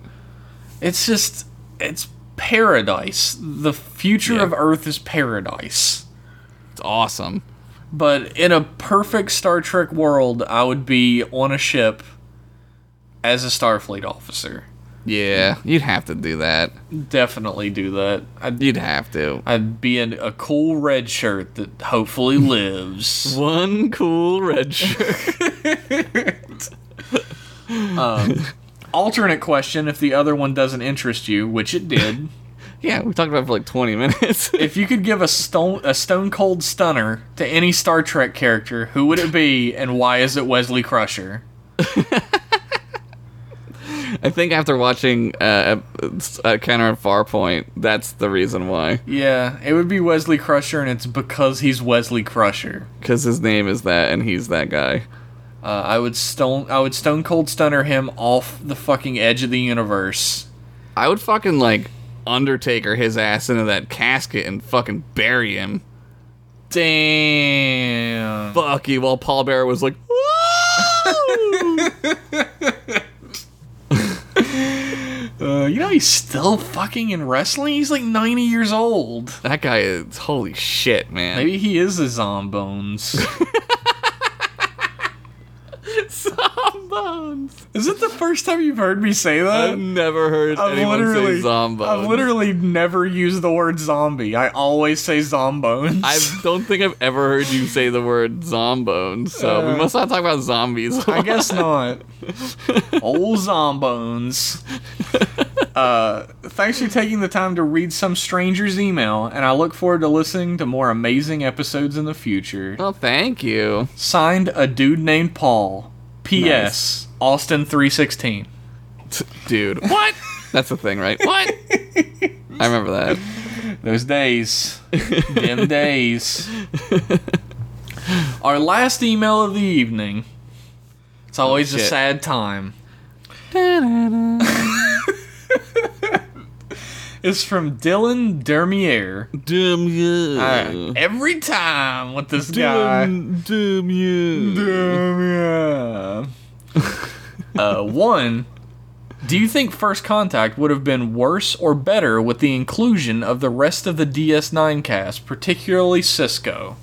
it's just it's paradise. The future
Yeah.
of Earth is paradise.
It's awesome.
But in a perfect Star Trek world, I would be on a ship as a Starfleet officer.
Yeah. You'd have to do that.
Definitely do that. I'd,
You'd have to.
I'd be in a cool red shirt that hopefully lives.
One cool red shirt.
alternate question if the other one doesn't interest you, which it did.
yeah, we talked about it for like 20 minutes.
if you could give a stone a stone cold stunner to any Star Trek character, who would it be and why is it Wesley Crusher?
I think after watching uh, uh, Counter and Farpoint, that's the reason why.
Yeah, it would be Wesley Crusher and it's because he's Wesley Crusher.
because his name is that and he's that guy.
Uh, I would stone I would stone cold stunner him off the fucking edge of the universe.
I would fucking like Undertaker his ass into that casket and fucking bury him.
Damn.
Fuck you, while Paul Bearer was like, "Woo!"
Uh, you know he's still fucking in wrestling? He's like 90 years old.
that guy is holy shit, man.
Maybe he is a Zombones.
Zombones.
Is it the first time you've heard me say that?
I've never heard anyone say Zombones.
I've literally never used the word zombie. I always say zombones.
I don't think I've ever heard you say the word zombones, so
Uh,
we must not talk about zombies.
I guess not. Old zombones. Uh, thanks for taking the time to read some stranger's email, and I look forward to listening to more amazing episodes in the future.
Oh, thank you.
Signed, a dude named Paul. P.S. Austin three sixteen.
T- Dude, what? That's the thing, right? What? I remember that.
Those days. Them days. Our last email of the evening. It's always a
shit.
sad time. It's from Dylan Dermier.
Damn you.
Uh, every time with this guy.
Damn, damn you.
Dermier. uh, one. Do you think First Contact would have been worse or better with the inclusion of the rest of the DS9 cast, particularly Cisco?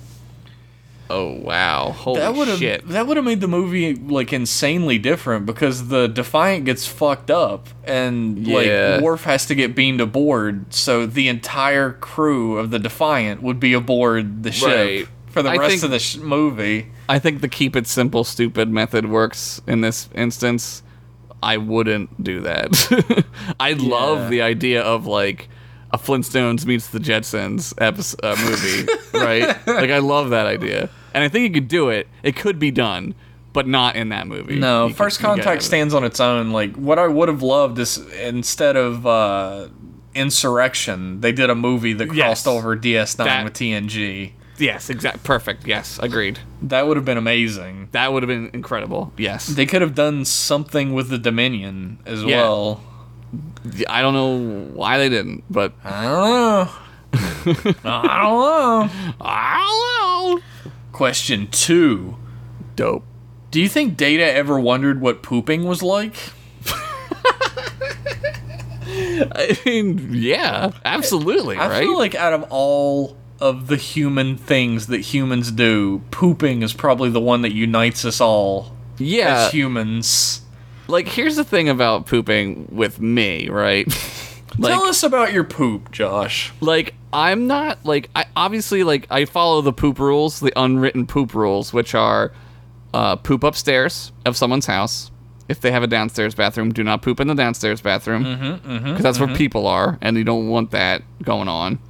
Oh, wow. Holy
that would
shit.
have that would have made the movie like insanely different because the Defiant gets fucked up and
Yeah.
like Worf has to get beamed aboard, so the entire crew of the Defiant would be aboard the ship
Right.
for the
I
rest
think-
of the sh- movie.
I think the keep it simple, stupid method works in this instance. I wouldn't do that. I
Yeah.
love the idea of like a Flintstones meets the Jetsons episode, uh, movie, right? Like, I love that idea. and I think you could do it. It could be done, but not in that movie.
No,
You
First
could- you gotta have
Contact
it.
stands on its own. Like what I would have loved is instead of uh, Insurrection, they did a movie that
Yes.
crossed over DS9
That-
with TNG.
Yes, exact. Perfect. Yes, agreed.
That would have been amazing.
That would have been incredible. Yes.
They could have done something with the Dominion as
Yeah.
well.
I don't know why they didn't, but
I don't know. I don't know.
I don't know.
Question two.
Dope.
Do you think Data ever wondered what pooping was like?
I mean, yeah, absolutely,
I
right?
feel like out of all of the human things that humans do, pooping is probably the one that unites us all
yeah.
as humans.
Like, here's the thing about pooping with me, right? like,
Tell us about your poop, Josh.
like I'm not like I obviously like I follow the poop rules, the unwritten poop rules, which are uh, poop upstairs of someone's house. If they have a downstairs bathroom, do not poop in the downstairs bathroom because that's where people are, and you don't want that going on.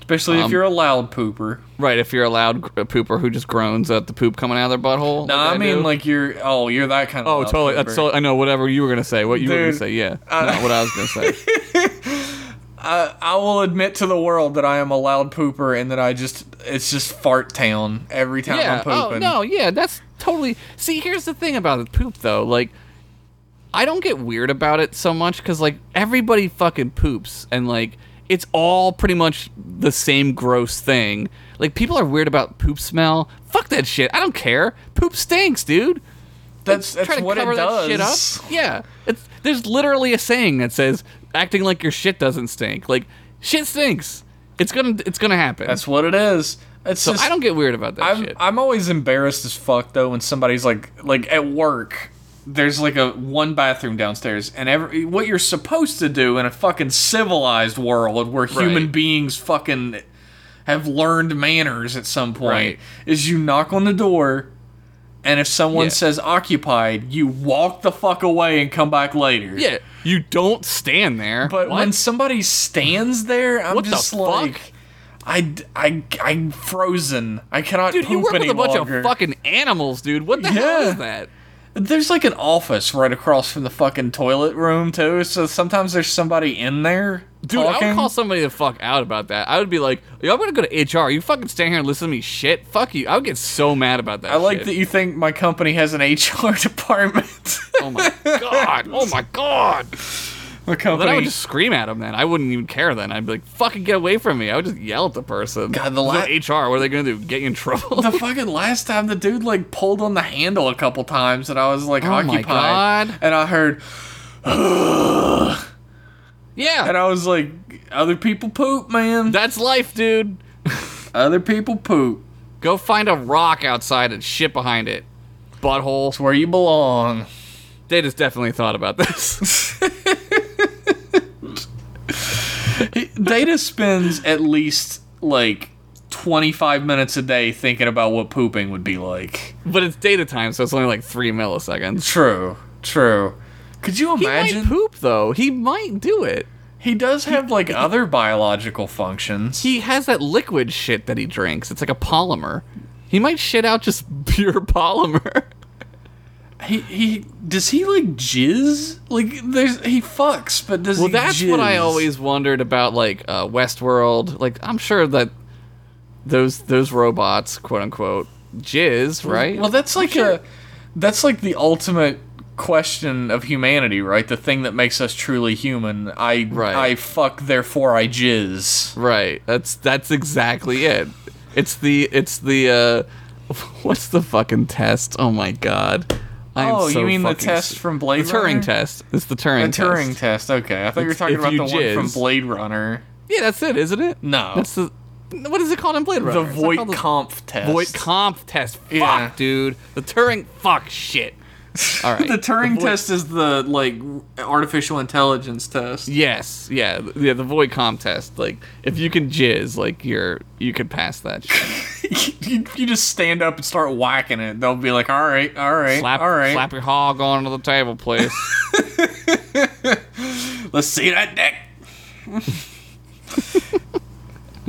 Especially if you're a loud pooper.
Right, if you're a loud gr- pooper who just groans at the poop coming out of their butthole.
No, I mean
do.
like you're oh, you're that kind of
Oh,
loud
totally.
pooper.
That's so, I know whatever you were gonna say. What you were gonna
Dude,
say, yeah, not what I was gonna say.
I will admit to the world that I am a loud pooper and that I just it's just fart town every time
yeah.
I'm pooping.
Oh no, yeah, that's totally. See, here's the thing about the poop though. Like, I don't get weird about it so much because like everybody fucking poops and like it's all pretty much the same gross thing. Like people are weird about poop smell. Fuck that shit. I don't care. Poop stinks, dude.
that's
Try
that's
to
what
cover
it does.
that shit up. Yeah, it's there's literally a saying that says acting like your shit doesn't stink. Like shit stinks. It's gonna it's gonna happen.
That's what it is. It's
so
just
I don't get weird about that
I'm,
shit.
I'm always embarrassed as fuck though when somebody's like like at work there's like a one bathroom downstairs and every what you're supposed to do in a fucking civilized world where human
Right.
beings fucking have learned manners at some point
Right.
is you knock on the door and if someone
Yeah.
says occupied you walk the fuck away and come back later
yeah, you don't stand there.
but
What?
when somebody stands there i'm
What the
just
fuck?
like I, I, I'm frozen. I cannot
dude,
poop
you work with
any
a bunch
longer.
of fucking animals, dude. What the hell
Yeah.
is that?
There's like an office right across from the fucking toilet room too, so sometimes there's somebody in there.
Dude, I
talking.
would call somebody the fuck out about that. I would be like, "Yo, I'm gonna go to HR. You fucking stand here and listen to me shit. Fuck you. I would get so mad about that.
I like
shit.
that you think my company has an HR department.
Oh my god. Oh my god.
my
Then I
company.
would just scream at him. Then I wouldn't even care. Then I'd be like, "Fucking get away from me!" I would just yell at the person.
God, the
It's
la-
not HR. What are they gonna do? Get you in trouble?
the fucking last time the dude like pulled on the handle a couple times and I was like
Oh my
occupied
God.
and I heard and
yeah,
I was like other people poop, man.
that's life, dude.
other people poop.
Go find a rock outside and shit behind it. Butthole.
It's where you belong.
They just definitely thought about this.
Data spends at least like 25 minutes a day thinking about what pooping would be like.
but it's data time, so it's only like three milliseconds.
True, true. Could you
He might
imagine?
poop though. He might do it.
He, does have like other biological functions.
He has that liquid shit that he drinks. It's like a polymer. He might shit out just pure polymer.
He, he does he like jizz? Like there's he fucks, but does
Well,
he
that's what I
jizz?
always wondered about, like uh, Westworld. Like, I'm sure that those those robots, quote unquote, jizz, right?
Well, that's like
sure.
a that's like the ultimate question of humanity, right? The thing that makes us truly human. I
Right.
I fuck, therefore I jizz.
right. That's that's exactly it. It's the it's the uh, what's the fucking test? Oh my god! I am
Oh,
so
you mean the
fucking
test
s-
from Blade
The
Runner?
Turing test. It's the Turing.
The
test.
Turing test. Okay, I thought you were
It's
talking
if
about the
you
one from
jizz.
Blade Runner.
Yeah, that's it, isn't it?
No.
That's the. What is it called in Blade Runner?
The
It's not called
Voight Kampf test.
Voight Kampf test. Fuck,
Yeah.
dude. The Turing. Fuck shit. All right.
the Turing
Voight-
test is the like artificial intelligence test.
Yes. Yeah. th- Yeah. The Voight Kampf test. Like, if you can jizz, like you're you could pass that. Shit.
you, you just stand up and start whacking it. They'll be like, "All right, all right,
Slap,
all right.
slap your hog onto the table, please.
Let's see that dick."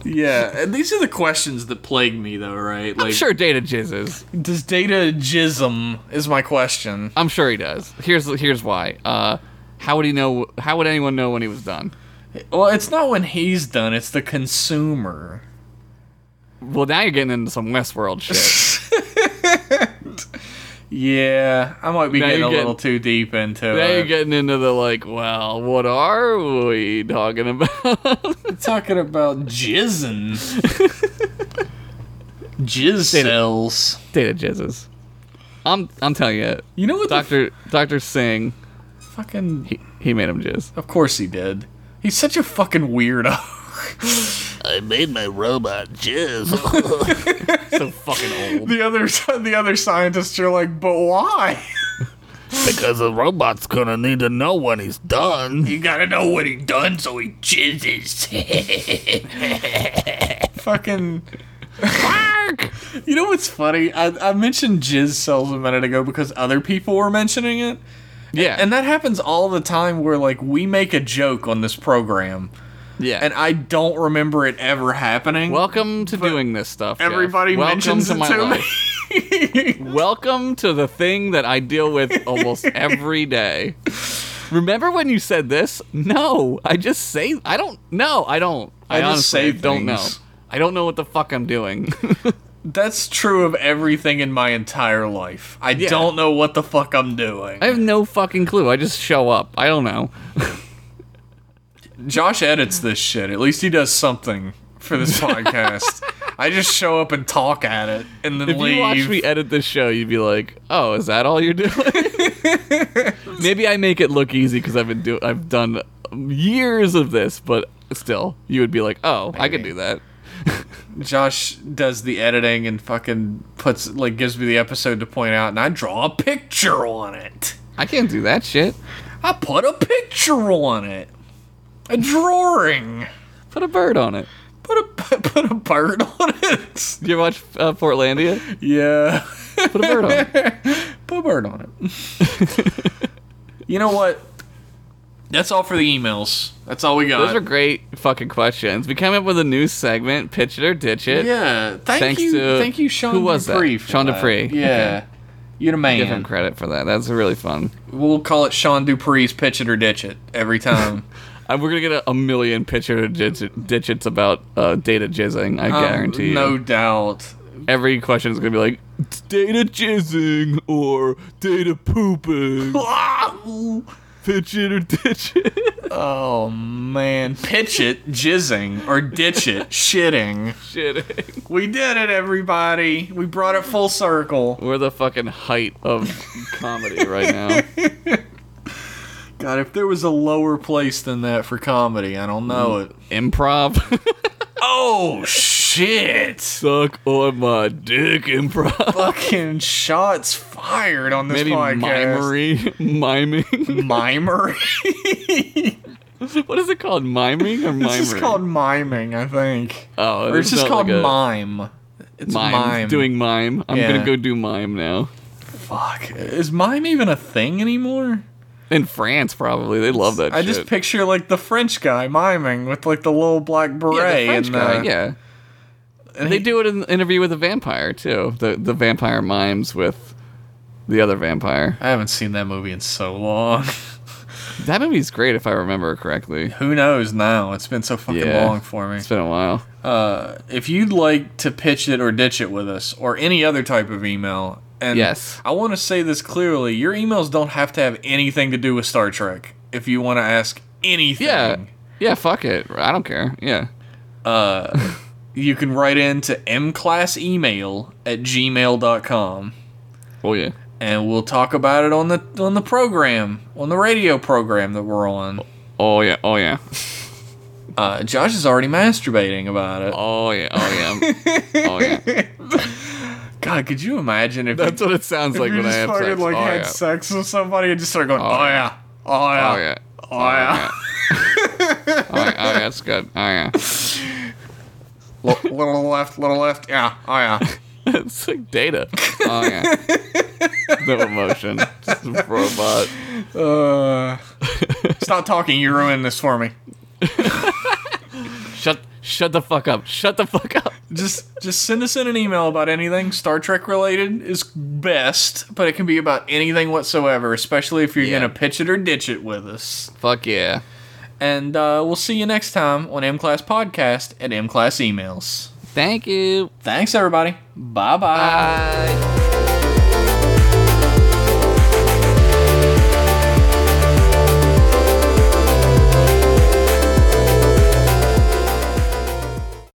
Yeah, and these are the questions that plague me, though, right?
I'm sure Data jizzes.
does Data jism is my question.
I'm sure he does. Here's here's why. Uh, how would he know? How would anyone know when he was done?
Well, it's not when he's done; it's the consumer.
Well, now you're getting into some Westworld shit.
Yeah, I might be
Now
getting a
you're
little
getting-
too deep into
now you're
it.
getting into the like, well, what are we talking about?
Talking about jizzing, jizz cells.
Data jizzes. I'm I'm telling you,
You know what? The
Doctor Doctor Singh,
f- fucking.
he, he made him jizz.
Of course he did. He's such a fucking weirdo.
I made my robot jizz.
So fucking old.
The other the other scientists are like, but why?
Because the robot's gonna need to know when he's done.
You gotta know what he done, so he
Jizzes.
fucking. Oh. You know what's funny? I, I mentioned jizz cells a minute ago because other people were mentioning it,
Yeah,
and that happens all the time. Where like we make a joke on this program,
yeah.
and I don't remember it ever happening.
Welcome to doing this stuff. Jeff.
everybody
Welcome
mentions
to
it
my
to me.
life. Welcome to the thing that I deal with almost every day. Remember when you said this? No, I just say I don't. No, I don't. I,
I just
honestly
say
don't know.
things.
I don't know what the fuck I'm doing.
That's true of everything in my entire life. I don't know what the fuck I'm doing.
I have no fucking clue. I just show up. I don't know.
Josh edits this shit. At least he does something for this podcast. I just show up and talk at it, and then
If
leave.
you watch me edit this show, you'd be like, "Oh, is that all you're doing?" Maybe I make it look easy because I've been do I've done years of this, but still, you would be like, "Oh, I could do that."
Josh does the editing and fucking puts like gives me the episode to point out, and I draw a picture on it.
I can't do that shit.
I put a picture on it, a drawing.
Put a bird on it.
Put a put a bird on it.
Do you ever watch uh, Portlandia?
Yeah,
Put a bird on it.
put a bird on it. you know what? That's all for the emails. That's all we got.
Those are great fucking questions. We came up with a new segment, pitch it or ditch it.
Yeah, thank
Thanks
you,
to-
thank you, Sean.
who was that?
Dupree for
Sean
that.
Dupree,
Yeah, you're the
Give him
man.
credit for that. That's really fun.
We'll call it Sean Dupree's pitch it or ditch it every time.
Uh, we're gonna get a, a million pitch it or ditch, it, ditch it's about uh, data jizzing. I
Um,
guarantee you.
no doubt.
every question is gonna be like data jizzing or data pooping. Pitch it or ditch it.
Oh man, pitch it, jizzing, or ditch it, shitting.
Shitting.
We did it, everybody. We brought it full circle.
We're the fucking height of comedy right now.
God, if there was a lower place than that for comedy, I don't know
Mm.
it.
Improv.
Oh shit!
Suck on my dick improv.
Fucking shots fired on this
Maybe
podcast.
mimery. Miming.
Mimer.
what is it called? Miming or mimery?
This is called miming, I think.
oh,
or it's
it
just called
felt like a
mime. It's
Mime.
mime.
Doing mime. I'm
Yeah.
gonna go do mime now.
fuck. Is mime even a thing anymore?
In France, probably they love that.
I
shit.
just picture like the French guy miming with like the little black beret
yeah, the French
and
guy.
uh,
yeah.
and
They
he-
do it in the interview with a vampire too. The the vampire mimes with the other vampire.
I haven't seen that movie in so long.
That movie's great if I remember correctly.
Who knows now? It's been so fucking
Yeah.
long for me. Uh,
It's been a while.
If you'd like to pitch it or ditch it with us or any other type of email, and
Yes.
I want to say this clearly, your emails don't have to have anything to do with Star Trek. If you want to ask anything,
Yeah. Yeah, fuck it. I don't care. Yeah.
you can write in to mclassemail at gmail.com
Oh yeah.
and we'll talk about it on the on the program on the radio program that we're on
Oh yeah. Oh yeah.
uh, josh is already masturbating about it
Oh yeah. Oh yeah. oh yeah.
god could you imagine if
That's
you,
what it sounds like
if you
when I
just
have
fucking
sex.
like
oh,
had
yeah.
sex with somebody and just started going oh, yeah.
yeah.
oh yeah
oh yeah.
oh yeah
Oh yeah. Oh yeah. That's good. Oh yeah.
Li- little left little left yeah oh yeah
it's like data. Oh yeah. no emotion. Just a robot.
uh, stop talking you ruined this for me
Shut Shut the fuck up. Shut the fuck up.
Just just send us in an email about anything Star Trek related is best, but it can be about anything whatsoever, especially if you're
Yeah.
gonna pitch it or ditch it with us.
Fuck yeah.
And uh, we'll see you next time on M Class Podcast at M Class Emails.
Thank you.
Thanks everybody. Bye bye.
Bye.